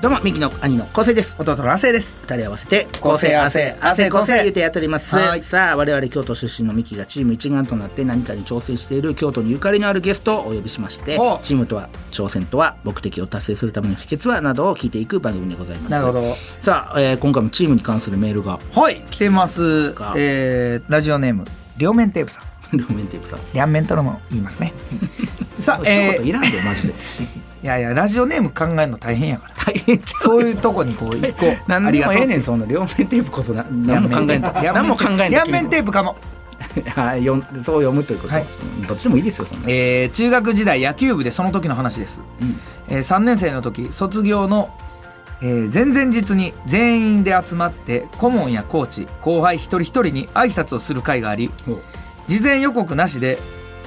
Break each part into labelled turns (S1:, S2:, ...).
S1: どうもミキの兄の昴生です
S2: 弟の亜生です
S1: 二人合わせて
S2: 構成合わせ
S1: 合わせ構成言うてやっております
S2: はい
S1: さあ我々京都出身のミキがチーム一丸となって何かに挑戦している京都にゆかりのあるゲストをお呼びしまして
S2: ほう
S1: チームとは挑戦とは目的を達成するための秘訣はなどを聞いていく番組でございます
S2: なるほど
S1: さあ、えー今回もチームに関するメールが
S2: はい来てます
S1: か
S2: えー、ラジオネーム両面テープさん
S1: 両面テープさん
S2: 両面とも言い ますねさあ
S1: 一言
S2: えー、い
S1: いらんでマ ジで
S2: やいやラジオネーム考えるの大変やから
S1: 大変ちゃう
S2: そういうとこ にこう一個
S1: 何
S2: あり
S1: で
S2: が
S1: も
S2: とう
S1: ええねんそんな両面テープこそな何も考えんと
S2: 両面
S1: 何も考えんと
S2: 両面テープかも
S1: 君ははいよんそう読むということ、
S2: はい
S1: どっちでもいいですよそんな、
S2: えー、中学時代野球部でその時の話です、
S1: うん
S2: えー、3年生の時卒業の、えー、前々日に全員で集まって顧問やコーチ後輩一人一人に挨拶をする会があり
S1: ほう
S2: 事前予告なしで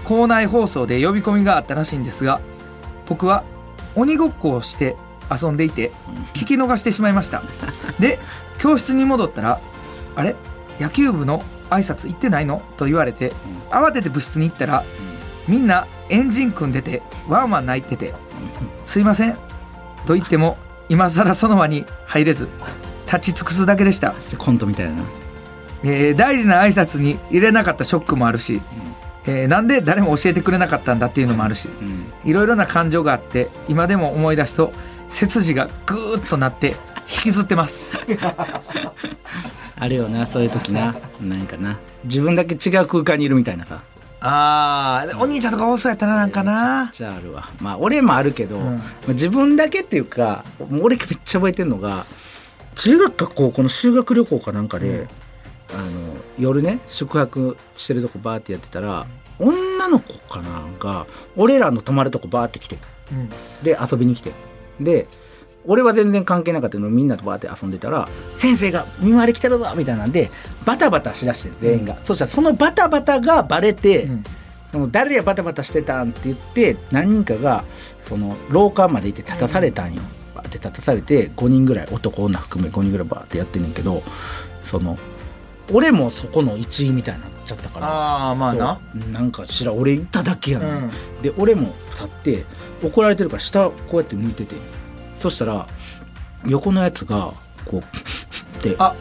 S2: 校内放送で呼び込みがあったらしいんですが僕は鬼ごっこをして遊んでいて聞き逃してしまいましたで教室に戻ったら「あれ野球部の挨拶行ってないの?」と言われて慌てて部室に行ったらみんなエンジン組んでてワンワン泣いてて「すいません」と言っても今更その場に入れず立ち尽くすだけでした
S1: コントみたいな
S2: えー大事な挨拶に入れなかったショックもあるし、えーなんで誰も教えてくれなかったんだっていうのもあるし
S1: うん
S2: いろいろな感情があって今でも思い出すと背筋がグーッとなって引きずってます
S1: あるよなそういう時ななんかな自分だけ違う空間にいるみたいなさ
S2: あーお兄ちゃんとか多そうやったななんか
S1: め
S2: な
S1: ちゃめちゃあるわまあ俺もあるけど、
S2: うん
S1: まあ自分だけっていうかもう俺めっちゃ覚えてんのが中学か高校の修学旅行かなんかで、
S2: うん
S1: あの夜ね宿泊してるとこバーってやってたら女の子かなんか俺らの泊まるとこバーって来て
S2: うん
S1: で遊びに来てで俺は全然関係なかったのにみんなとバーって遊んでたら先生が見回り来てるぞみたいなんでバタバタしだして全員が、そしたらそのバタバタがバレて、
S2: うん
S1: その誰やバタバタしてたんって言って何人かがその廊下まで行って立たされたんよ、バーって立たされて5人ぐらい男女含め5人ぐらいバーってやってんねんけどその俺もそこの一位みたいになっちゃったから
S2: あーまあな
S1: そうなんか知らん俺いただけやのに、
S2: うん
S1: で俺も立って怒られてるから下こうやって向いててそしたら横のやつがこうって
S2: あ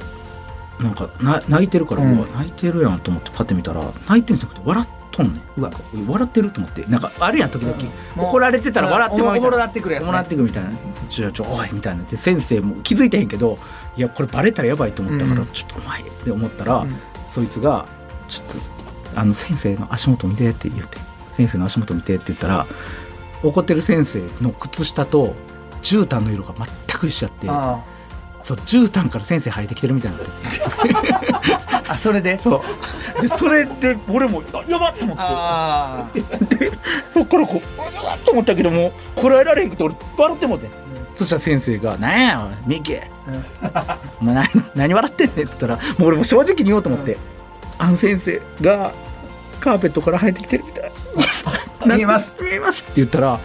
S1: なんかな泣いてるから、
S2: うん
S1: うわ泣いてるやんと思ってパッて見たら泣いてんじゃなくて笑っとんねん
S2: うわ
S1: なんか笑ってると思ってなんかあるやん時々、
S2: うん
S1: 怒られてたら笑ってまうみたい
S2: おもろ
S1: な
S2: なってくるやつね
S1: おもろなってくるみたいな「ちょちょおい」みたいなで先生も気づいてへんけどいやこれバレたらやばいと思ったから、
S2: うん
S1: ちょっとお前って思ったら、
S2: うん
S1: そいつが「ちょっとあの先生の足元見て」って言って「先生の足元見て」って言ったら怒ってる先生の靴下と絨毯の色が全く一緒やって
S2: あ
S1: そう絨毯から先生生えてきてるみたいになってて
S2: ーあそれで
S1: そう。で、それで、俺も、あやばっと思っ
S2: あー
S1: て。で、そっからこう、あやばっと思ったけども、こらえられへんくて、俺、笑ってもうて。そしたら先生が、なんや、おいミキ、お前何、何笑ってんねんって言ったら、もう俺も正直に言おうと思って、あの先生が、カーペットから生えてきてるみたい。
S2: 見えます。
S1: 見えますって言ったら、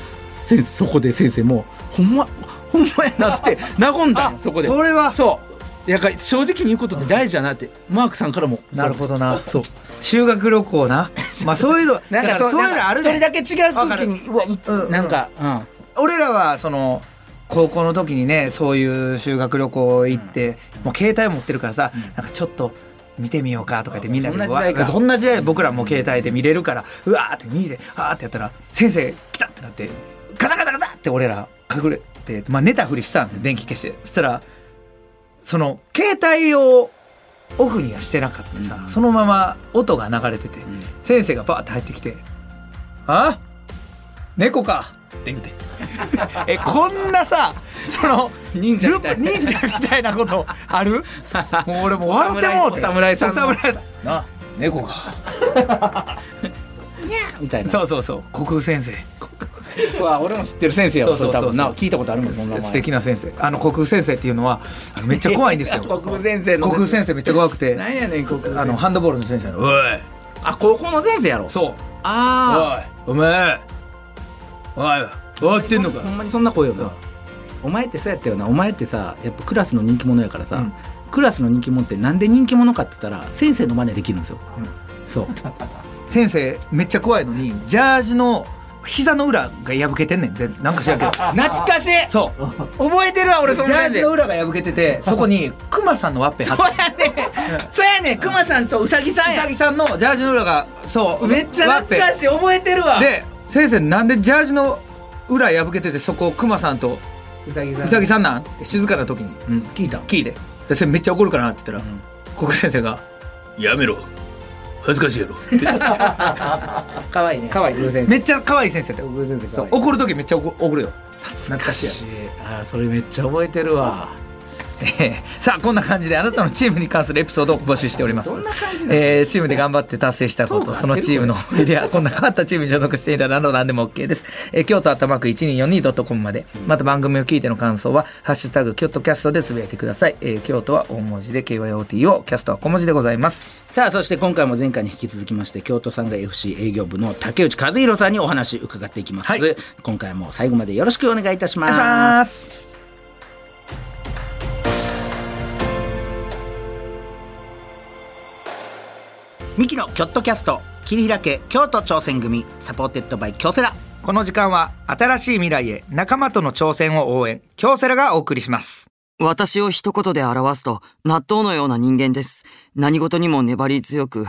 S1: 先生、そこで先生も、ほんま、ほんまやなっつって、和んだんよ
S2: あ
S1: そこで。
S2: それは
S1: そう。いやか正直に言うことって大事だなって、マークさんからも。
S2: なるほどな
S1: そう。
S2: 修学旅行なまあそういうのだからそういうのあるね
S1: 一人だけ違う空気にうわ
S2: うんうん
S1: なんか、うん
S2: 俺らはその高校の時にねそういう修学旅行行って、もう携帯持ってるからさ、なんかちょっと見てみようかとか言ってみんなで
S1: そんな時代か
S2: うわそんな時代僕らもう携帯で見れるからうわーって見てあーってやったら先生来たってなってガサガサガサって俺ら隠れて、まあ、寝たふりしたんです電気消してそしたらその携帯をオフにはしてなかったさ、
S1: うん
S2: そのまま音が流れてて、
S1: ん
S2: 先生がバーって入ってきて「あ猫か」って言うて えこんなさその
S1: 忍者みたいな
S2: ルパ忍者みたいなことあ るもう俺もう笑ってもうて
S1: お侍さん
S2: お侍さんな猫か
S1: みたいな
S2: そうそうそう国空先生
S1: う わ俺も知ってる先生や
S2: そ
S1: わ
S2: うそうそう
S1: れ多分な
S2: そう
S1: 聞いたことあるもんその名前
S2: す素敵な先生あの国空先生っていうのはあのめっちゃ怖いんです よ
S1: 国空先生の
S2: 国空先生めっちゃ怖くて
S1: なんやねん国空
S2: あのハンドボールの先生の「おい
S1: あ高校の先生やろ
S2: そう
S1: あ
S2: おいお前おい終わ
S1: あ
S2: ってんのか
S1: ほんまにそんな声よな、
S2: うん
S1: お前ってそうやったよなお前ってさやっぱクラスの人気者やからさ、
S2: うん
S1: クラスの人気者ってなんで人気者かって言ったら先生の真似できるんですよ、
S2: うん
S1: そう
S2: 先生めっちゃ怖いのにジャージの膝の裏が破けてんねん全なんか知らんけ ど
S1: 懐かしい
S2: そう
S1: 覚えてるわ俺
S2: ジ
S1: そ
S2: ャ
S1: のや
S2: ー
S1: つ
S2: ジの裏が破けて てそこにクマさんのワッペン貼
S1: そ
S2: って
S1: うやねそうやねクマさんとウサギさん
S2: う
S1: や
S2: さぎさんのジャージの裏がそう
S1: めっちゃ懐か
S2: い
S1: しい覚えてるわ
S2: で先生なんでジャージの裏破けててそこをクマさんと
S1: ウサギさん
S2: うさぎさんなんって静かな時に
S1: うん聞いた
S2: 聞いてで先生めっちゃ怒るからなって言ったら、国先生が「やめろ恥ずかし いやろ」
S1: かわいいねかわいい偶然
S2: めっちゃ可愛い先生だよ
S1: 偶然
S2: そう怒る時めっちゃ怒怒るよ懐かしいやろ
S1: あーそれめっちゃ覚えてるわ
S2: えー さあこんな感じであなたのチームに関するエピソードを募集しております
S1: どんな感じなの
S2: えーチームで頑張って達成したこ
S1: トーク合
S2: と
S1: って
S2: そ
S1: る
S2: のチームの思 い出やこんな変わったチームに所属していたなど何でも OK です、えー、京都あたまく 1242.com までまた番組を聞いての感想は「ハッシュタグ京都キャスト」でつぶやいてください、えー京都は大文字で KYOT をキャストは小文字でございます
S1: さあそして今回も前回に引き続きまして京都産が FC 営業部の竹内和弘さんにお話伺っていきます、
S2: はい
S1: 今回も最後までよろしくお願いいたし
S2: お
S1: ま
S2: 願い
S1: す
S2: します
S1: ミキのキョットキャスト切り開け京都挑戦組サポーテッドバイ京セラ
S2: この時間は新しい未来へ仲間との挑戦を応援京セラがお送りします
S3: 私を一言で表すと、納豆のような人間です。何事にも粘り強く。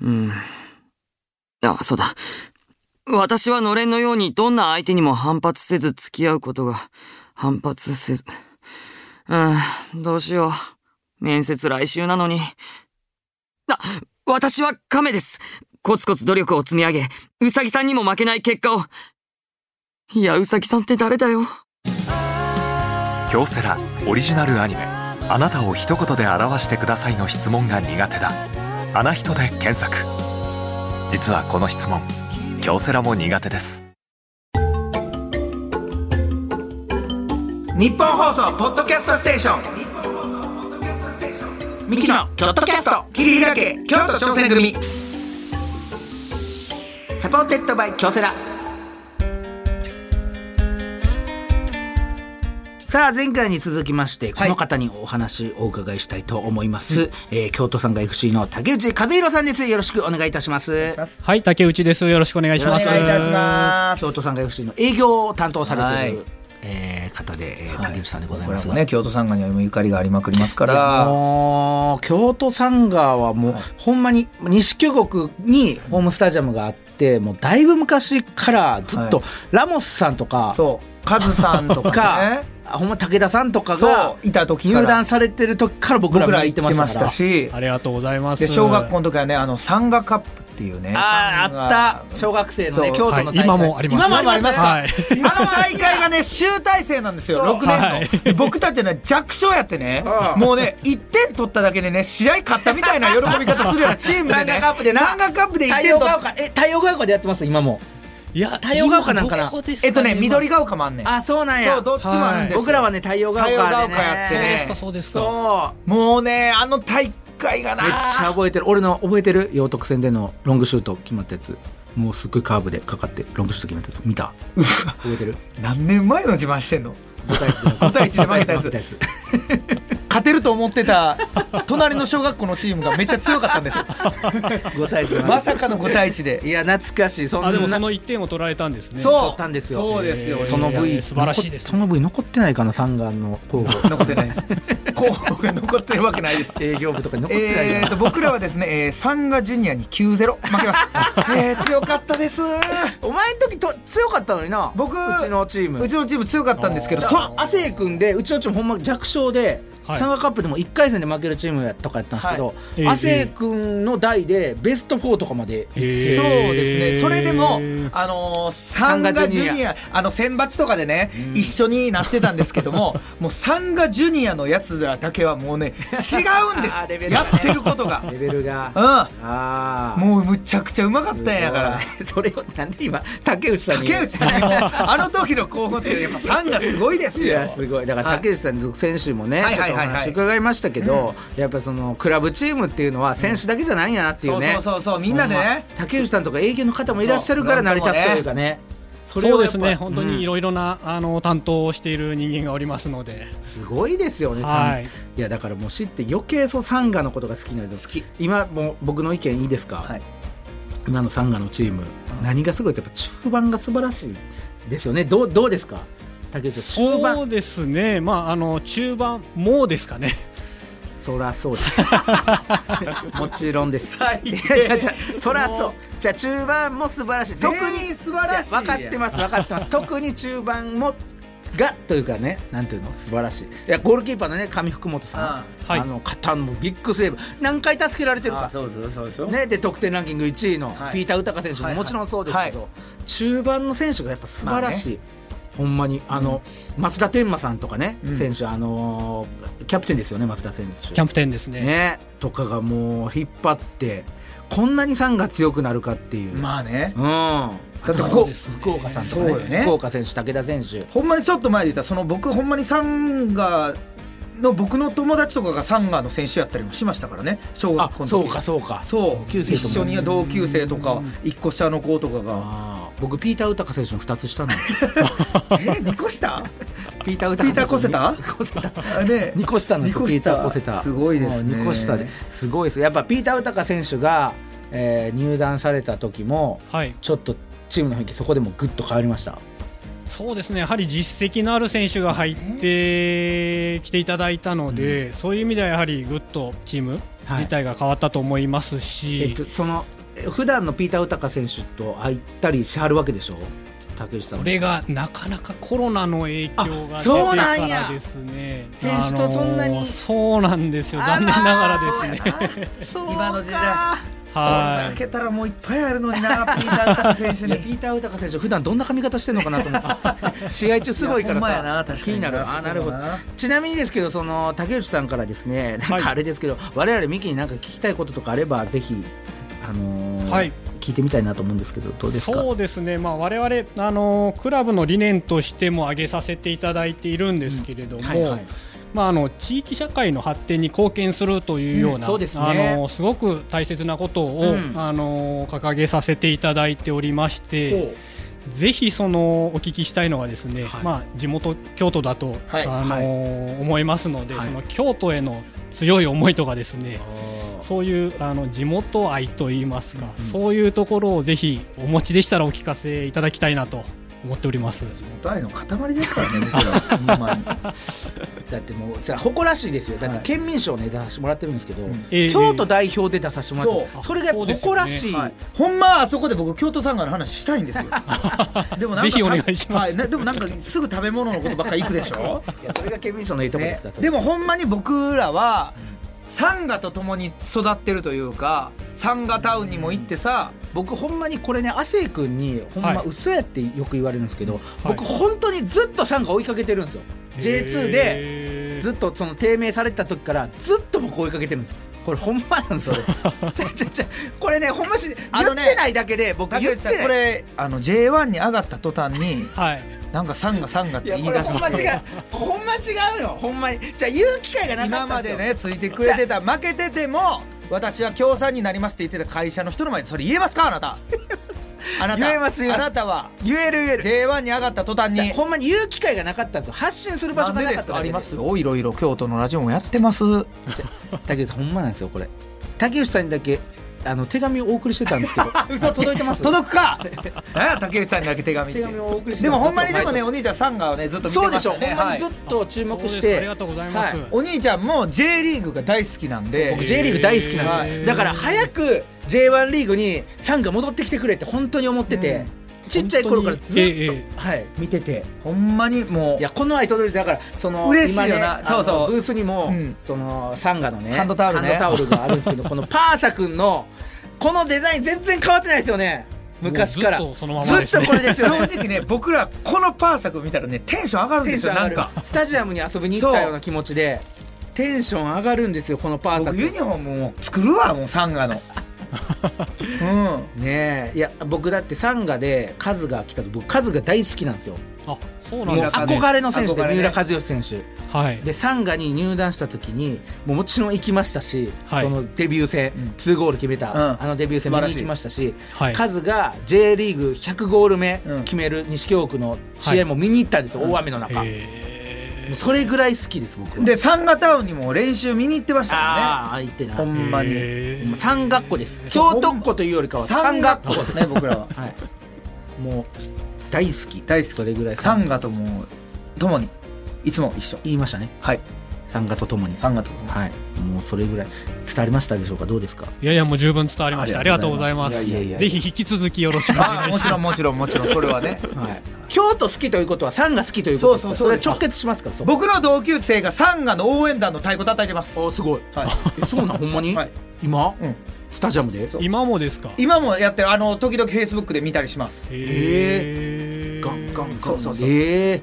S3: うん。あ、そうだ。私はのれんのようにどんな相手にも反発せず付き合うことが、反発せず。うん、どうしよう。面接来週なのに。あ、私は亀です。コツコツ努力を積み上げ、うさぎさんにも負けない結果を。いや、うさぎさんって誰だよ。
S4: 京セラオリジナルアニメ「あなたを一言で表してください」の質問が苦手だ「あな人」で検索実はこの質問京セラも苦手です
S2: 日本放送ポッドキャストステーションミキの京都キャスト切り開け京都挑戦組
S1: サポーテッドバイ京セラさあ前回に続きましてこの方にお話をお伺いしたいと思います、えー京都産が FC の竹内和弘さんですよろしくお願いいたします
S5: はい、竹内です。よろしくお願いします。
S1: よろしくお願いいたし
S5: ま
S1: 京都産が FC の営業を担当されている、
S2: はい
S1: えー方で、えー竹内さんでござい
S2: こ
S1: ま
S2: れ
S1: す
S2: も
S1: が、
S2: ね京都さんがにはもうゆかりがありまくりますか
S1: いや
S2: ら
S1: もう京都サンガはもう、ほんまに西京極にホームスタジアムがあってもうだいぶ昔からずっと、
S2: はい
S1: ラモスさんとか
S2: そうカズさんと か
S1: か
S2: ね、
S1: あほんま武田さんとかが
S2: そういた時から
S1: 入団されてる時から僕ら
S2: 僕
S1: も行
S2: ら
S1: っ
S2: 行ってて
S1: ま
S2: ま
S1: し
S2: したた
S1: か
S2: し
S5: ありがとうございます。
S2: で小学校の時はねあのサンガカップっていうね
S1: らあーあった小学生のね
S2: そう
S1: 京都の大会、
S5: はい今もあります
S1: 今もありますか、
S5: はい
S2: あの大会がね集大成なんですよ6年の、
S5: はい
S2: で僕たちはね弱小やってねもうね1点取っただけでね試合勝ったみたいな喜び方するよう なチームでね
S1: サンガカップでな
S2: サンガカップで1
S1: 太
S2: 点
S1: 陽
S2: 取
S1: が
S2: っ
S1: 丘え太陽が丘でやってます今も
S5: いや、
S1: 太陽が丘なんかな
S5: 今どこです
S2: えっとね
S5: 今
S2: 緑が丘もあんねん
S1: あそうなんや
S2: そうどっちもあるんですよ
S1: 僕らはね太陽が丘でね
S2: 太陽が丘やって
S5: そうで
S2: ね
S5: すか、そうですか。
S1: そう
S2: もうねあの大会がな
S1: めっちゃ覚えてる俺の覚えてる洋徳戦でのロングシュート決まったやつもうすっごいカーブでかかってロングシュート決まったやつ見た覚えてる
S2: 何年前の自慢してんの
S1: 5対1で
S2: 5対1で負けたやつ
S1: 負けたやつ
S2: 勝てると思ってた隣の小学校のチームがめっちゃ強かったんですよ
S1: 5対1で負けた
S2: まさかの5対1で
S1: いや懐かしいそんな
S5: あ、でもその一点を取られたんですね。
S2: そう
S1: 取ったんですよ
S2: そうですよ
S1: その部位
S5: 素晴らしいです
S1: その部位残ってないかなサンガンの候 補
S2: 残ってないです候補が残ってるわけないです
S1: 営業部とかに残ってないか
S2: えー、と僕らはですね、えー、サンガジュニアに9-0負けま した、えー、強かったです
S1: お前の時と強かったのにな
S2: 僕
S1: うちのチーム
S2: うちのチーム強かったんですけどそ
S1: そう亜生君でうちのチームほんま弱小で、
S5: は
S1: サ
S5: い
S1: ンガカップでも1回戦で負けるチームやとかやったんですけ
S2: は
S1: ど
S5: ええ
S1: 亜生君の代でベスト4とかまで
S5: へー
S2: そうですねそれでも
S5: へー、
S2: あのーサンガジュ
S1: サンガジュ
S2: ニ
S1: ニ
S2: アあの選抜とかでね、一緒になってたんですけど ももうサンガジュニアのやつらだけはもうね違うんで
S1: あーレベ
S2: す
S1: ルがね
S2: やってることが
S1: レベルが
S2: うん
S1: あ
S2: もうむちゃくちゃうまかったんや
S1: だ
S2: か
S1: からら それをなんで今竹内さんに
S2: 竹内さんにもあの時の候補ってやっぱサンガすごいです
S1: い
S2: よ
S1: やすごいだから竹内さん、先週もね、
S2: はい
S1: ちょっお
S2: はいはいは
S1: 話
S2: い
S1: 伺いましたけど、やっぱそのクラブチームっていうのは選手だけじゃないんやなっていうね、
S2: そうそうそうそうみんなで
S1: ほま
S2: ね
S1: 竹内さんとか営業の方もいらっしゃるから
S2: そ
S1: 成
S2: う
S1: り立つというかねそれ
S5: そ
S1: を
S5: うで
S1: やっぱ
S5: すね、本当
S1: うん
S5: にいろいろな、あの担当をしている人間がおりますので、
S1: すごいですよね、
S5: はい
S1: いやだからもう知って余計そうサンガのことが好きになる
S2: 好き
S1: 今もう僕の意見いいですか、
S2: はい
S1: 今のサンガのチーム、何がすごいってやっぱ中盤が素晴らしいですよねどうどうですか竹内さん中
S5: そ
S1: 盤
S5: うですね、まあ、あの中盤、もうですかね、
S1: そらそうですもちろんです
S2: 最低
S1: いやいやいやそらそうじゃあ中盤も素晴らしい特
S2: 全
S1: に
S2: 員素晴らしい
S1: 分かってます分かってます特に中盤もがというかねなんていうの素晴らしいいやゴールキーパーのね上福本さん、
S5: あはい
S1: あの肩のビッグセーブ何回助けられてるか
S2: そうですそうですよ
S1: ね、で得点ランキング1位の
S2: はい
S1: ピーター・ウタカ選手も
S2: はいはい
S1: もちろんそうですけど、中盤の選手がやっぱ素晴らしい、ほんまにあの、松田天馬さんとかね、
S2: うん
S1: 選手、あのーキャプテンですよね、松田選手。
S5: キャンプテンですね。
S1: ね、とかがもう引っ張って、こんなに3が強くなるかっていう。
S2: まあね
S1: うん、だってこ
S5: そう
S1: こ
S5: ですね
S1: 福岡さんとか、
S2: そうよね
S1: 福岡選手、武田選手、
S2: ほんまにちょっと前で言ったらその僕ほんまにサンガの僕の友達とかがサンガの選手やったりもしましたからね小
S1: あ
S2: 学校の時
S1: そうか、そうか、
S2: そう
S1: 級生とか
S2: 一緒に同級生とか一個下の子とか が
S1: あー僕、ピーター・ウタカ選手の2つ下なんです
S2: え二個下ね
S1: ピーター・ウタカ選手
S2: ピーター
S1: 越せた
S2: え
S1: 二個下の
S2: 二個下
S1: ピーター・コセタ
S2: すごいですね
S1: うん二個下ですごいですやっぱピーター・ウタカ選手が、えー入団された時も
S5: はい、
S1: ちょっとチームの雰囲気そこでもぐっと変わりました
S5: そうですねやはり実績のある選手が入ってきていただいたので、そういう意味ではやはりぐっとチーム
S1: はい
S5: 自体が変わったと思いますし、
S1: えっとそのえ普段のピーター・ウタカ選手と会ったりしはるわけでしょ竹内さん
S5: そ
S1: も
S5: れがなかなかコロナの影響が
S1: あ
S5: 出て
S1: そうなんや
S5: からですね
S1: 選手とそんなに
S5: あのーそうなんですよ
S1: あらー
S5: 残念ながらですね
S1: そう
S2: 今の時代
S1: か
S5: は
S2: 開
S5: い
S2: けたらもういっぱいあるのになピーター・タン選手
S1: いやピ
S2: に
S1: ーター・ウタカ選手普段どんな髪型してんのかなと思って試合中すごいから
S2: いやほんまやな
S1: さ
S2: 確か
S1: 気
S2: に
S1: になるあなるほど
S2: な
S1: ちなみにですけどその竹内さんからですねなんかあれですけど、我々ミキになんか聞きたいこととかあればぜひあのー
S5: はい
S1: 聞いてみたいなと思うんですけどどうですか
S5: そうですね、まあ、我々、あのークラブの理念としても挙げさせていただいているんですけれども、
S1: はいはい
S5: まあ、あの地域社会の発展に貢献するというよう
S1: うん
S5: な、
S1: そうですね
S5: あのすごく大切なことを、
S1: うん
S5: あの掲げさせていただいておりまして、
S1: ほう
S5: ぜひそのお聞きしたいのがですね、
S1: はい
S5: まあ、地元京都だと、
S2: はい
S5: あの思いますので、
S1: はい
S5: その京都への強い思いとかですね、そういうあの地元愛といいますか、そういうところをぜひお持ちでしたらお聞かせいただきたいなと思っております。
S2: 大の塊ですからね僕らほんまに
S1: だってもうさ誇らしいですよだって県民賞ね出させてもらってるんですけど、
S2: ん
S5: ええ
S1: 京都代表で出させてもらってる
S2: そ
S1: そうれがやっぱ誇らしい、
S2: はい、ほんまはあそこで僕京都サンガの話したいんですよでもなんか
S5: ぜひお願いします
S2: はいねでもなんかすぐ食べ物のことばっかり行くでしょ、
S1: いやそれが県民賞のいいとこです
S2: ね
S1: から、それ
S2: でもほんまに僕らはサンガと共に育ってるというかサンガタウンにも行ってさ
S1: 僕ほんまにこれね亜生君にほんま
S5: はい
S1: 嘘やってよく言われるんですけど、僕本当にずっとサンガ追いかけてるんですよ J2 で
S5: で
S1: ずっとその低迷された時からずっと僕追いかけてるんですこれほんまなんです よちゃちゃちゃこれねほんまし言
S2: あの
S1: っ
S2: ね
S1: てないだけで僕
S2: 竹
S1: 言っ
S2: 内さん
S1: て
S2: こ
S1: ない
S2: れあの J1 に上がった途端に
S5: はい、
S2: なんかサンガサンガっ
S1: い
S2: て
S1: や
S2: 言い
S1: こ
S2: 出
S1: れほんま
S2: して
S1: 違うほんま違うよほんまにじゃあ言う機会がなか
S2: 今
S1: った
S2: ま
S1: んです
S2: で
S1: よ
S2: ねついてくれてた負けてても私は協賛になりますって言ってた会社の人の前でそれ言えますかあ なたあなた
S1: 言えます言えます
S2: あなたは
S1: 言える言える
S2: J1 に上がった途端
S1: じゃ
S2: に
S1: あほんまに言う機会がなかったんですよ発信する場所がなかっただ
S2: あ
S1: け
S2: り
S1: で
S2: ますよいろいろ京都のラジオもやってます
S1: 竹内さんほんまなんですよこれ竹内さんにだけあの手紙をお送りしてたんですけど 嘘届いてます
S2: 届く か何や竹内さんにだけ手紙って
S1: 手紙をお送りして
S2: でもほんまにでもね
S1: ずっと
S2: お
S1: 毎
S2: 兄ちゃんサンガをねずっと見
S1: そ
S2: て
S1: う
S2: ま
S1: で
S2: し
S1: しょ
S2: た
S1: ほん
S2: ね
S1: ま
S2: は
S1: に
S2: い
S1: ずっと注目し
S5: そうです
S1: て
S5: ありがとうございます
S1: は
S2: お兄ちゃんも J リーグが大好きなん
S1: い
S2: で
S1: 僕 J リーグ大好きなんです
S5: へ
S1: よ
S5: ー
S1: だから早く J1 リーグにサンが戻ってきてくれって本当に思っててちっちゃい頃からずっと
S5: えええ
S1: はい見てて
S2: ほんまにも
S1: いうやこの愛届いてだからその
S2: 嬉しいよ
S1: 今
S2: な
S1: ねあの
S2: そうそう
S1: ブースにも、
S2: うん
S1: そのサンガのね
S2: ハンドタオルね
S1: ハンドタオルがあるんですけどこのパーサ君のこのデザイン全然変わってないですよね昔から
S5: もうずっとそのままです
S1: ずっ
S5: ね
S1: とこれです
S2: 正
S1: よ ね
S2: 直ね僕らこのパー作を見たらねテンション上がるん
S1: テ
S2: で
S1: ン
S2: す
S1: ショ
S2: よ
S1: ン上
S2: な
S1: が
S2: ん
S1: る
S2: か
S1: スタジアムに遊びに行ったような気持ちでテンション上がるんですよこのパーサ
S2: 僕ユニ
S1: 君
S2: フォームも作るわもうサン ガのうん
S1: ねえいや僕だってサンガでカズが来たと僕カズが大好きなんですよ
S5: あそうなん
S2: 三
S5: で
S2: 浦
S5: す
S2: さん
S5: ね
S1: 憧れの選手で
S2: 憧
S1: 三
S2: れね
S1: 浦和義選手
S5: はい
S1: でサンガに入団した時にもうもちろん行きましたし、
S5: はい
S1: そのデビュー戦、
S2: うん
S1: 2ゴール決めた、
S2: うん
S1: あのデビュー戦
S2: 素
S1: 見
S2: 晴ら
S1: に
S2: しい
S1: 行きましたし、
S5: はい
S1: カズが J リーグ100ゴール目
S2: うん
S1: 決める西京区の試合も見に行ったんですよ、
S2: はい
S1: 大雨の中、
S5: へー
S1: それぐらい好きです僕は
S2: でサンガタウンにも練習見に行ってました
S1: ああ行ってな
S2: もんねほんまに
S5: へー
S1: 三学校です
S2: そう
S1: 京特校というよりかは
S2: 山
S1: 三
S2: 岳
S1: 学
S2: 校
S1: 校
S2: ですね僕らは
S1: はいもう大好き
S2: 大好き
S1: それぐらい
S2: サンガともともにいつも一緒
S1: 言いましたね
S2: はい
S1: 三学とともに
S2: サンガと共に
S1: はいもうそれぐらい伝わりましたでしょうかどうですか
S5: いやいやもう十分伝わりましたありがとうございます
S2: いやいやいやいや
S5: ぜひ引き続きよろしくお願いし
S2: あ
S5: ます
S2: もちろんもちろんもちろんそ れはね
S1: はい京都好きということは三が好きということです
S2: そうそう
S1: そ
S2: そう
S1: れ
S2: です
S1: 直結しますからそう
S2: 僕の同級生がサンガの応援団の太鼓叩いてます
S1: あすごい
S2: はい
S1: え そうなんほんまに
S2: はい
S1: 今
S2: うん
S1: スタジアムで
S5: 今もですか
S2: 今もやってるあの時々フェイスブックで見たりします
S5: へー
S1: ガンガンガン
S2: そうそうそう
S1: ええ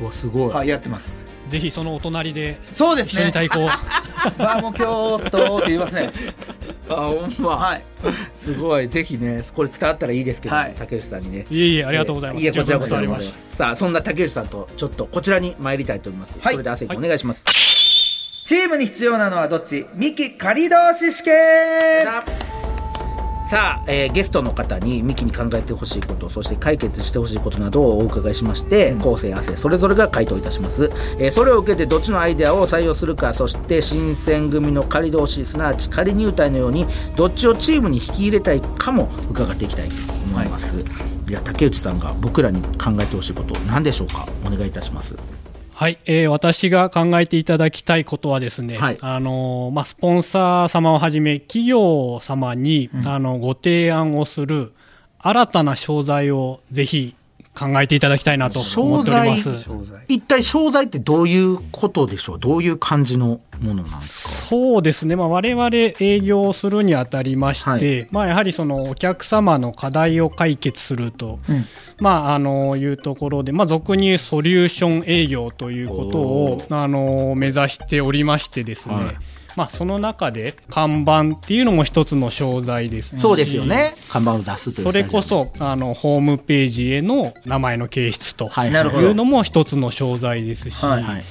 S1: うわすご
S2: はいいやってます
S5: ぜひそのお隣で
S2: そうです
S5: 一緒に
S2: ね
S5: 対抗
S2: バーモ京都って言いますね
S1: あほんま
S2: はい
S1: すごいぜひねこれ伝わったらいいですけど
S2: はい
S1: 竹内さんにね
S5: いえいえありがとうございます
S1: いえこちらこ
S5: 十
S1: そ
S5: 分
S1: あり
S5: 伝わ
S1: ま。
S5: ります
S1: さあ、そんな竹内さんと、ちょっとこちらに参りたいと思います。
S2: はい
S1: それで、亜生君お願いします。
S2: チームに必要なのはどっちミキ仮同士試験
S1: さあ、えーゲストの方にミキに考えてほしいことそして解決してほしいことなどをお伺いしまして、後世亜生それぞれが回答いたします、えーそれを受けてどっちのアイデアを採用するかそして新選組の仮同士すなわち仮入隊のようにどっちをチームに引き入れたいかも伺っていきたいと思います、い、や竹内さんが僕らに考えてほしいこと何でしょうかお願いいたします
S5: はい、えー私が考えていただきたいことはですね、
S1: はい
S5: あのーまあ、スポンサー様をはじめ企業様に、あのご提案をする新たな商材をぜひ考えていただきたいなと思っております。
S1: 一体商材ってどういうことでしょうどういう感じのものなんですか
S5: そうですね、まあ、我々営業するにあたりまして、
S1: はい
S5: まあ、やはりそのお客様の課題を解決すると、
S2: うん
S5: まあ、あのいうところで、まあ、俗に言うソリューション営業ということをあの目指しておりましてですね、
S1: はい
S5: まあ、その中で看板っていうのも一つの商材ですし
S1: そうですよね看板を出すという
S5: それこそあのホームページへの名前の掲出と
S1: はい
S2: なるほ
S5: い
S2: ど
S5: うのも一つの商材ですし。
S2: はい
S1: はい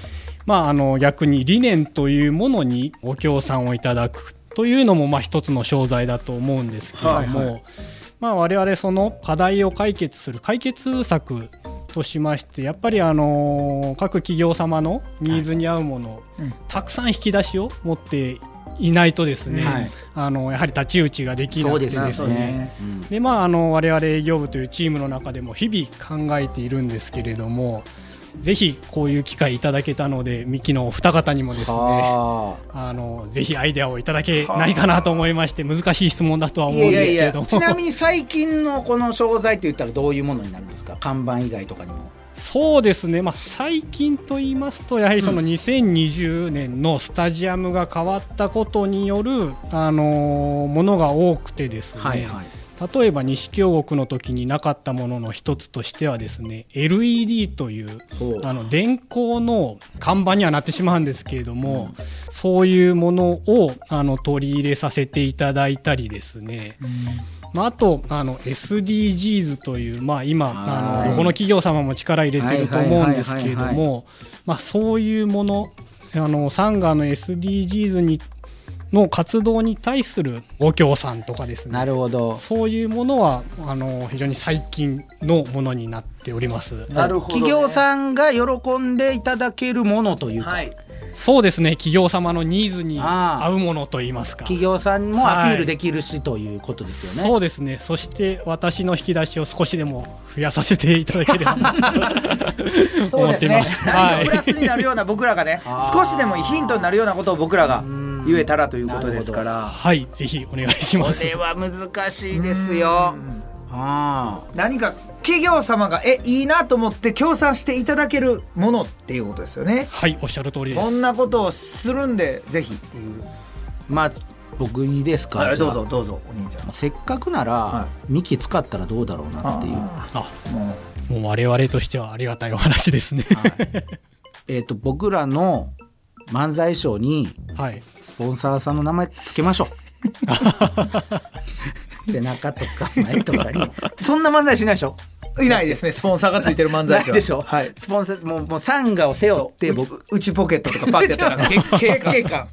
S5: まあ、あの逆に理念というものにご協賛をいただくというのもまあ一つの商材だと思うんですけれども、
S2: は
S5: まあ、我々その課題を解決する解決策としましてやっぱりあの各企業様のニーズに合うもの、
S2: うん
S5: たくさん引き出しを持っていないとですね、
S1: はい
S5: あのやはり太刀打ちができなくてです
S1: そう
S5: ね
S1: です
S2: ね
S5: でまあ、あの我々営業部というチームの中でも日々考えているんですけれどもぜひこういう機会いただけたのでミキのお二方にもですね
S1: あ
S5: あのぜひアイデアをいただけないかなと思いまして難しい質問だとは
S1: ー
S5: 思
S1: い
S5: うん
S1: や
S5: で
S1: いやい
S5: すけれ
S1: や
S5: ども
S1: ちなみに最近のこの商材って言ったらどういうものになるんですか看板以外とかにも
S5: そうですね、まあ、最近と言いますとやはりその2020年のスタジアムが変わったことによる、あのものが多くてです
S1: い
S5: ね、例えば西京極の時になかったものの一つとしてはですね LED という
S1: ほう
S5: あの電光の看板にはなってしまうんですけれども、そういうものをあの取り入れさせていただいたりですね、まあ、あとあの SDGs という、まあ、今あ
S1: はい
S5: のどこの企業様も力入れてると思うんですけれ
S1: は
S5: ど
S1: いはいはい
S5: もまあそういうものあのサンガの SDGs にの活動に対するご協賛とかですね
S1: なるほど
S5: そういうものはあの非常に最近のものになっております。
S2: なるほどね
S1: 企業さんが喜んでいただけるものというか、
S2: はい
S5: そうですね企業様のニーズに
S1: あー
S5: 合うものといいますか
S1: 企業さんもアピールできるしということですよね、
S5: そうですねそして私の引き出しを少しでも増やさせていただければ 思っています、は
S2: 何
S5: い
S2: かプラスになるような僕らが ね
S1: あー
S2: 少しでもヒントになるようなことを僕らが言えたらということですから
S5: はいぜひお願いしま
S1: こ
S5: す
S1: れは難しいですよああ
S2: 何か企業様がえいいなと思って協賛していただけるものっていうことですよね
S5: はいおっしゃる通りです
S2: こんなことをするんでぜひっていう
S1: まあ僕いいですか
S2: あ
S1: じゃ
S2: ど
S1: あ
S2: うぞどうぞお兄ちゃん
S1: せっかくなら、
S2: は
S1: ミキ使ったらどうだろうなっていう、
S5: あ
S2: も
S5: もう我々としてはありがたいお話ですね
S1: えっ、と僕らの漫才賞に
S5: はい、はい、
S1: スポンサーさんの名前つけましょ う背中とか前とかにそんな漫才しないでしょ
S2: うい ないですねスポンサーがつい てる漫才
S1: な
S2: 師
S1: い
S2: は
S1: でしょ、
S2: はい
S1: スポンサーもうもうサンガを背負って
S2: うち
S1: 僕
S2: うちポケットとかパッてや ったら月経感
S1: 感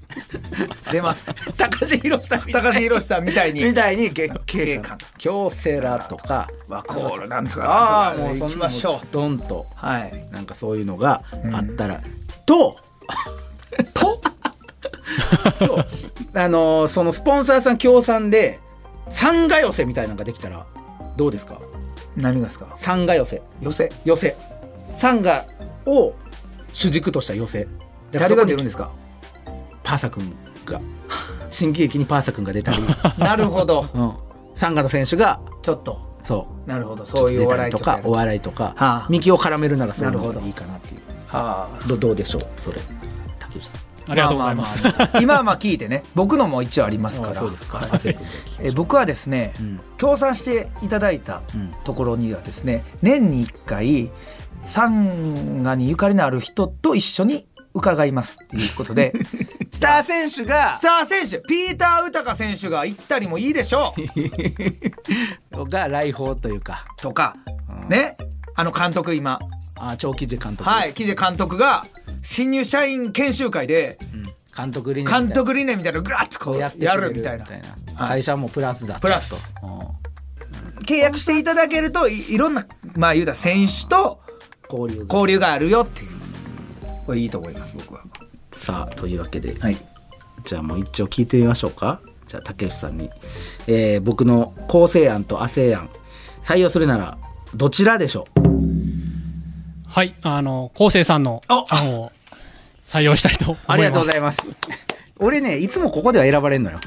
S2: 出ます
S1: 高橋宏さんみたい
S2: 高橋宏さんみたいに
S1: みたいに月
S2: 経
S1: 経感
S2: 感
S1: 京セラとか
S2: ワコールなんと
S1: あ
S2: か
S1: あもうそ
S2: 行
S1: ん
S2: き
S1: な
S2: ましょう
S1: ドンと
S2: はい
S1: なんかそういうのがあったら、とととあのーそのスポンサーさん協賛で参加寄せみたいなのができたらどうですか
S2: 何がですか
S1: 参加寄せ
S2: 寄せ
S1: 寄せ参加を主軸とした寄せだから
S2: 誰
S1: そこ
S2: が
S1: に
S2: 出るんですか
S1: パーサ君が新喜劇にパーサ君が出たり、
S2: なるほど
S1: うん、参加の選手が
S2: ちょっと
S1: そう
S2: なるほど
S1: ちょ
S2: そう
S1: っ
S2: いうお
S1: 出た
S2: 笑
S1: り
S2: い
S1: と
S2: ちょっ
S1: か
S2: やる
S1: お笑いとか、
S2: はあ
S1: 幹を絡めるならそういう
S2: な
S1: の
S2: るほ
S1: が
S2: ど
S1: いいかなっていう
S2: はあ
S1: どどうでしょうそれ竹内さん
S5: ありがとうございます。
S2: あああ今はまあ聞いてね僕のも一応ありますから
S1: そうですか、
S2: は い
S1: 亜生君
S2: え僕はですね、
S1: うん
S2: 協賛していただいた
S1: うん
S2: ところにはですね年に1回サンガにゆかりのある人と一緒に伺いますっていうこ とでスター選手がスター選手ピーター・ウタカ選手が行ったりもいいでしょう
S1: が来訪というか
S2: とか、ねあの監督今
S1: あ長期時監督、
S2: はい記事監督が新入社員研修会で
S1: うん監督理念みたい
S2: 監
S1: な
S2: 督理念みたいなのをグラッとこうや
S1: ってくれ
S2: るみたいなはい
S1: 会社もプラスだ
S2: プラス
S1: ちょっと
S2: 契約していただけるといいろんなまあ言うたら選手と
S1: うん交流が
S2: 交流があるよっていうこれいいと思います僕は
S1: さあというわけで、
S2: はい
S1: じゃあもう一応聞いてみましょうかじゃあ竹内さんに、えー僕の構成案と亜生案採用するならどちらでしょう
S5: はい、あの、昴生さんの
S2: お
S5: 案を採用したいと思います。
S1: ありがとうございます 俺ねいつもここでは選ばれん のよ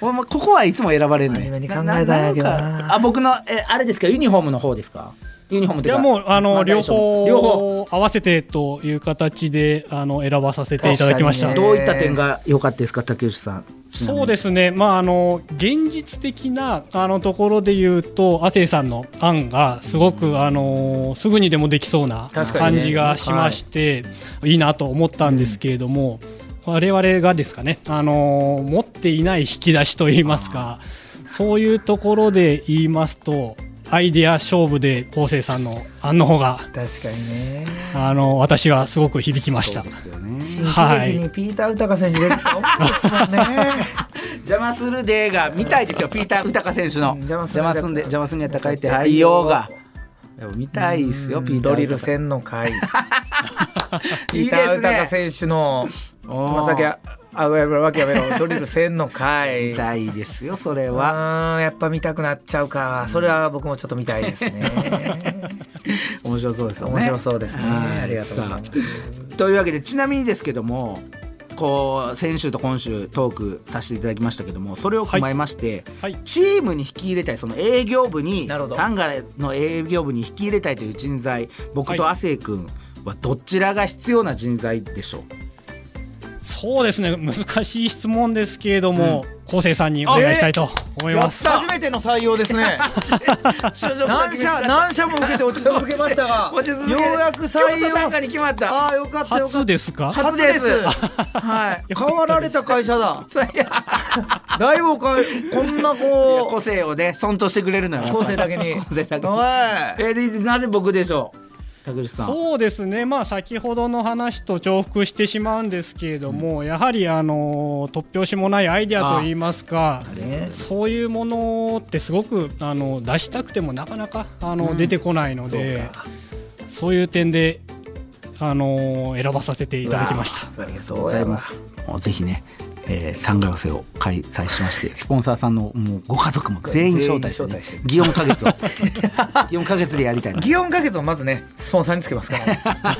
S1: ほんまここはいつも選ばれんのよ
S2: 真面目に考えたんやけどな
S1: なんかあ僕のえあれですかユニフォームの方ですかユニフォームって
S5: い
S1: いうか
S5: やもうあ
S1: ま
S5: の
S1: あ
S5: 両
S1: 大丈
S5: 方
S1: 夫両方
S5: 合わせてという形であの選ばさせていただきました、
S2: 確かにね
S1: どういった点が良かったですか竹内さんちなみに
S5: そうですねまああの現実的なあのところで言うと亜生さんの案がすごく、あのすぐにでもできそうな
S2: 確かに
S5: 感
S2: ね
S5: じがしまして、い、いなと思ったんですけれども、我々がですかねあの持っていない引き出しといいますかそういうところで言いますとアイデア勝負で昴生さんの案の方が
S2: 確かにね
S5: あの私はすごく響きました。
S1: そうですよね
S2: 新
S5: は
S2: 喜
S5: い
S2: 劇にピーター・ウタカ選手出てきた大きいですもんね
S1: 邪魔するでーが見たいですよピーター・ウタカ選手の
S2: うん邪
S1: 邪
S2: 魔
S1: 魔
S2: す
S1: す
S2: るでー
S1: んで邪魔すんには高いってはいよーがでも見たいですよピーター・
S2: ドリ
S1: ウ
S2: ル
S1: タカ
S2: 戦の 回ピ
S1: いいです
S2: ーター・ウタカ
S1: ね
S2: 選手のつ
S1: おー
S2: ま先ああやめろわけやめろドリル戦の回
S1: 見たいですよそれ
S2: う
S1: は
S2: ーんやっぱ見たくなっちゃうかそれは僕もちょっと見たいです ね
S1: 面白そうですよね
S2: 面白そうですね
S1: はい
S2: ありがとうございます
S1: さあというわけでちなみにですけどもこう先週と今週トークさせていただきましたけどもそれを踏まえまして、
S5: はいはい
S1: チームに引き入れたいその営業部に
S2: なるほど
S1: サンガの営業部に引き入れたいという人材僕と
S5: はい
S1: 亜生君はどちらが必要な人材でしょう、
S5: そうですね難しい質問ですけれども、昴生さんにお願いしたいと思います。
S2: 初めての採用です ね何社何社も受けて落ち続けましたが
S1: 落ち
S2: よ
S1: 続
S2: う
S1: け
S2: やく
S1: 京
S2: 採
S1: 都
S2: 用
S1: 参加に決まった
S2: ああよかったよかっ
S5: 初
S2: た
S5: ですか？
S1: 初です
S2: はい変わられた会社だ
S1: そういや
S2: だいぶかこんな
S1: 個
S2: こ
S1: 性をね尊重してくれるのよ
S2: う構成だけに
S1: 個性だけに
S2: おい
S1: えでなぜ僕でしょう竹内さん
S5: そうですね、まあ、先ほどの話と重複してしまうんですけれども、やはりあの突拍子もないアイデアといいますか、
S2: ね
S5: そういうものってすごくあの出したくてもなかなかあの、出てこないのでそういう点であの選ばさせていただきました。
S1: ありがとうございます。もうぜひね、えー、参加寄せを開催しまして、 スポンサーさんのもうご家族も全員招待して、
S2: 全員
S1: ね
S2: 招、
S1: 祇園花月を 祇園花月でやりたいな。
S2: 祇園か月をまずねスポンサーにつけますから
S1: は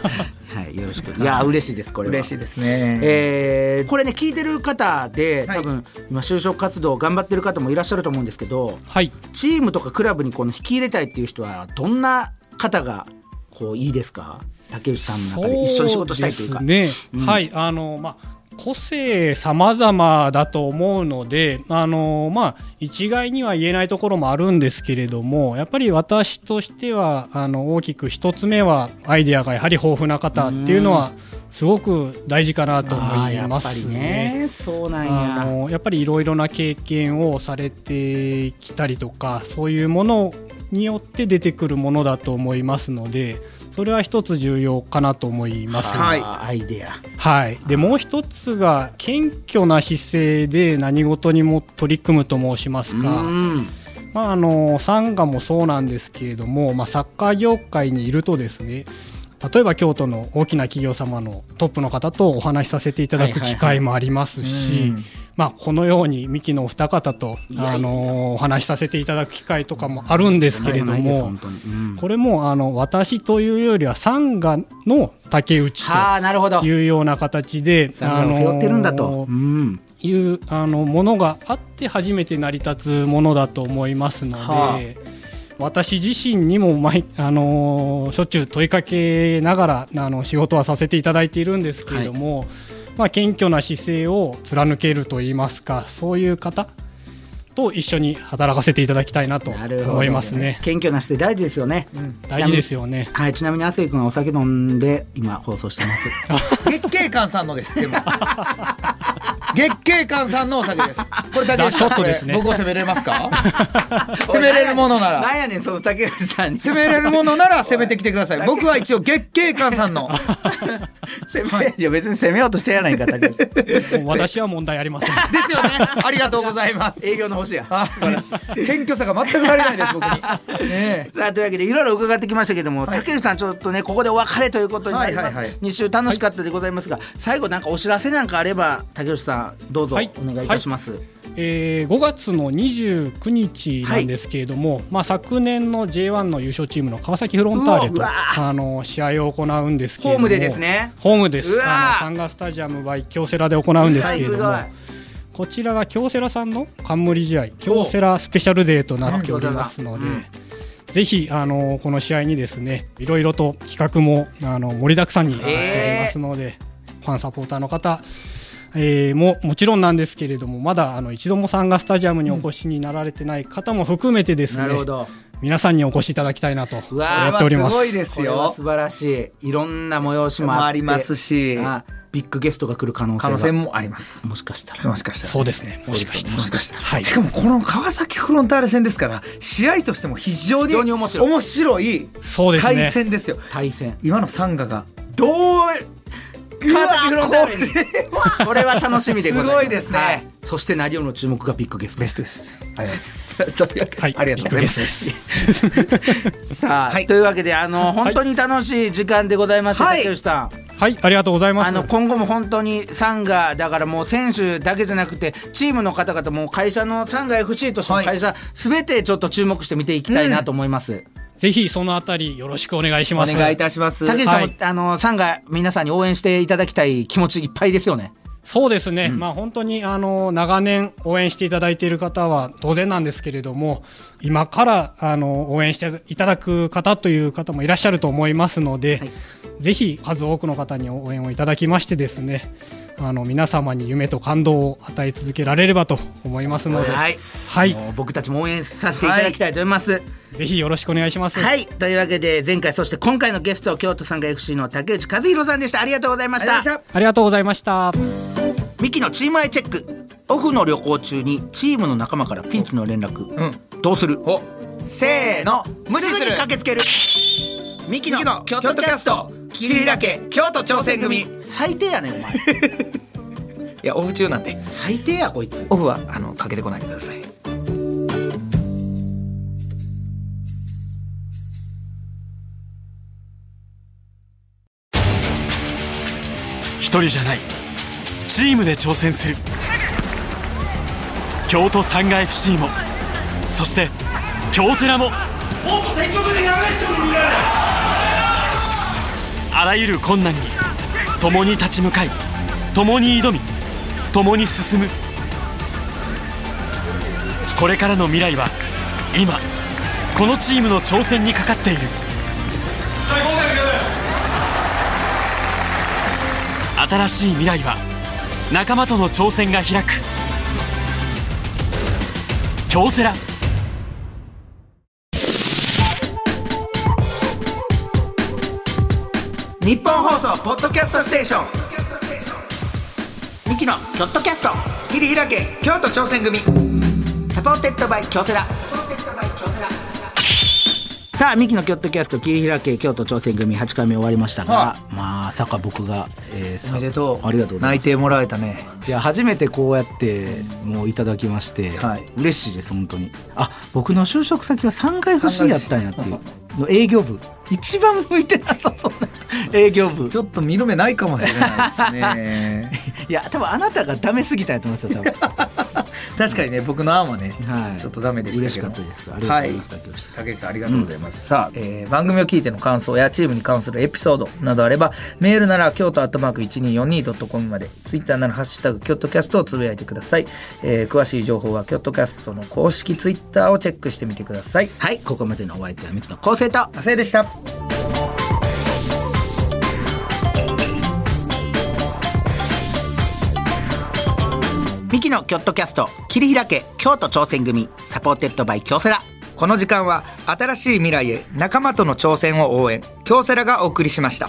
S1: い、よろしく。いやー嬉しいですこれは。
S2: 嬉しいですね
S1: えーこれね聞いてる方で
S2: はい
S1: 多分、今就職活動頑張ってる方もいらっしゃると思うんですけど
S5: はい
S1: チームとかクラブにこの引き入れたいっていう人はどんな方がこういいですか竹内さんの中で一緒に仕事したいというか
S5: そうですね、はいあのまあ個性様々だと思うのであの、まあ、一概には言えないところもあるんですけれどもやっぱり私としてはあの大きく一つ目はアイデアがやはり豊富な方っていうのはすごく大事かなと
S1: あ
S5: 思
S1: ー
S5: い
S1: や
S5: ま
S1: っぱり
S5: すね。
S1: ねそうなんや
S5: あのやっぱりいろいろな経験をされてきたりとかそういうものによって出てくるものだと思いますのでそれは一つ重要かなと思います。
S2: はい
S1: あーアイデア
S5: はい、でもう一つが謙虚な姿勢で何事にも取り組むと申します
S1: う
S5: か。
S1: ん
S5: まあ、あのサンガもそうなんですけれども、まあ、サッカー業界にいるとですね例えば京都の大きな企業様のトップの方とお話しさせていただ
S1: はい
S5: く
S1: はいはい
S5: 機会もありますし
S1: うん
S5: まあこのようにミキのお二方と
S1: いやいや
S5: あのお話しさせていただく機会とかもあるんですけれど
S1: ないです
S5: も
S1: 本当にうん
S5: これもあの私というよりはサンガの竹内
S1: はあなるほど
S5: というような形で
S1: サンガを背負ってるんだと、
S5: あの
S1: うん
S5: いうあのものがあって初めて成り立つものだと思いますので、
S1: はあ
S5: 私自身にも毎、あのーしょっちゅう問いかけながらあの仕事はさせていただいているんですけれども、まあ、謙虚な姿勢を貫けるといいますかそういう方と一緒に働かせていただきたいなと
S1: なるほど
S5: 思いますね。
S1: 謙虚な姿勢大事ですよね、
S5: 大事ですよね。
S1: はい、ちなみに亜生君はお酒飲んで今放送してます。
S2: 月桂冠さんのです でも月桂冠さんのお酒ですこれ大丈夫ですか
S5: ショットですね
S2: これ僕を責めれま すか 責めれるものな
S1: な
S2: ら
S1: んやねんその竹内さんに。
S2: 責めれるものなら責めてきてください僕は一応月桂冠さ んの
S1: 攻め、い、や別に攻めようとしてやないか竹内さん。
S5: もう私は問題ありません。
S2: ですよねありがとうございます
S1: 営業の星や。
S2: あ素晴らしい謙虚さが全く足りないです僕 にねえ
S1: さあというわけでいろいろ伺ってきましたけども、竹内さんちょっとねここでお別れということになります、
S2: はいはいはい
S1: 2週楽しかったでございますが、最後なんかお知らせなんかあれば竹内さんどうぞ
S5: はい
S1: お願いいたします、
S5: えー5月の29日なんですけれども、まあ、昨年の J1 の優勝チームの川崎フロンターレ
S1: う
S5: と
S1: わう
S5: あの試合を行うんですけ
S1: ホー
S5: れども
S1: ムでですね
S5: ホームです
S1: うわ
S5: あのサンガスタジアム by 京セラで行うんですけれども、
S1: はい
S5: こちらが京セラさんの冠試合京セラスペシャルデーとなっておりますので、
S1: うん京セ
S5: ぜひあのこの試合にですねいろいろと企画もあの盛りだくさんになっておりますので、ファンサポーターの方えーももちろんなんですけれどもまだあの一度もサンガスタジアムにお越しになられてない方も含めてですね、
S1: なるほど
S5: 皆さんにお越しいただきたいなと
S1: うわー
S5: 思っております
S2: すごいです
S1: これは
S2: よ
S1: 素晴らしいいろんな催しもあって
S2: もありますし
S1: あビッグゲストが来る可能性
S2: 可
S1: が
S2: 能性もあります
S1: もしかしたら
S2: もしかしたら
S5: そうですねもしかしたら
S1: もしかしたら
S5: はい
S2: しかもこの川崎フロンターレ戦ですから試合としても非常
S1: 非
S2: に
S1: 常に面白い
S2: 面白い
S5: そうですね
S2: 対戦ですよ
S1: 対戦
S2: 今のサンガが
S1: どう川崎フロンターレにこれは楽しみでございます
S2: すごいですね
S1: はそして何よりの注目がビッグゲスト
S2: ベストですありがとうございま
S1: とい
S2: す
S1: うわけ
S5: はい
S2: ありがとうございます
S5: ビッグゲストです
S1: さあ、というわけであの本当に楽しい時間でございました、
S2: はい
S1: 竹内さん
S5: はいありがとうございます
S1: あの今後も本当にサンガだからもう選手だけじゃなくてチームの方々も会社のサンガ FC としての会社すべ、てちょっと注目して見ていきたいなと思います、
S5: ぜひそのあたりよろしくお願いし
S2: お
S5: ます
S2: 願いいたします
S1: 竹内さんも、
S5: はい
S1: あのサンガ皆さんに応援していただきたい気持ちいっぱいですよね
S5: そうですね、まあ本当にあの長年応援していただいている方は当然なんですけれども、今からあの応援していただく方という方もいらっしゃると思いますので、
S1: はい
S5: ぜひ数多くの方に応援をいただきましてですね、あの皆様に夢と感動を与え続けられればと思いますので、
S1: はい、
S5: はい
S1: もう僕たちも応援させていただきたいと思います、
S5: ぜひよろしくお願いします。
S1: はい、というわけで前回そして今回のゲスト京都サンガ FC の竹内和弘さんでしたありがとうございました
S5: ありがとうございました。
S1: ミキのチームアイチェックオフの旅行中にチームの仲間からピンチの連絡、
S2: うん
S1: どうする
S2: お
S1: せーの
S2: 無視する
S1: すぐに駆けつけるミキの
S2: ミキの
S1: 京都キャスト桐平家
S2: 京都挑戦組い
S1: 最低やねんお 前
S2: やオフ中なんで
S1: 最低やこいつ
S2: オフはあのかけてこないでください
S6: 一人じゃないチームで挑戦する京都サンガ FC もそして京セラもあらゆる困難に共に立ち向かい共に挑み共に進むこれからの未来は今このチームの挑戦にかかっている新しい未来は仲間との挑戦が開く京セラ
S1: 日本放送ポッドキャストステーションミキの京都キャスト桐平家
S2: 京都挑戦組
S1: サポーテッドバイ京セラさあミキの京都キャスト切り開け京都挑戦組8回目終わりましたが、
S2: は
S1: まあさか僕が、えー
S2: お
S1: さ
S2: めでとう
S1: ありがとうござい
S2: 内
S1: ます
S2: 定もらえたね
S1: いや初めてこうやってもういただきまして、
S2: はい
S1: 嬉しいです本当にあ僕の就職先は3階欲しいやったんやっていうの営業部一番向いてなさそうな営業部
S2: ちょっと見る目ないかもしれないですね
S1: いや多分あなたがダメすぎたんやと思いますよ多分
S2: 確かにね僕の案はね、
S1: はい、
S2: ちょっとダメでしたけど
S1: 嬉しかったです。ありがとうございました。
S2: 竹内さんありがとうございます、さあ、えー番組を聞いての感想やチームに関するエピソードなどあればメールなら京都アットマーク 1242.com までツイッターなら「ハッシュタグ京都キャスト」をつぶやいてください、えー詳しい情報は京都キャストの公式ツイッターをチェックしてみてください
S1: はい、ここまでのお相手はミキの構成と。
S2: 亜生でした
S1: ミキのキョットキャスト、切り開け、京都挑戦組、サポーテッドバイ京セラ。
S2: この時間は新しい未来へ仲間との挑戦を応援京セラがお送りしました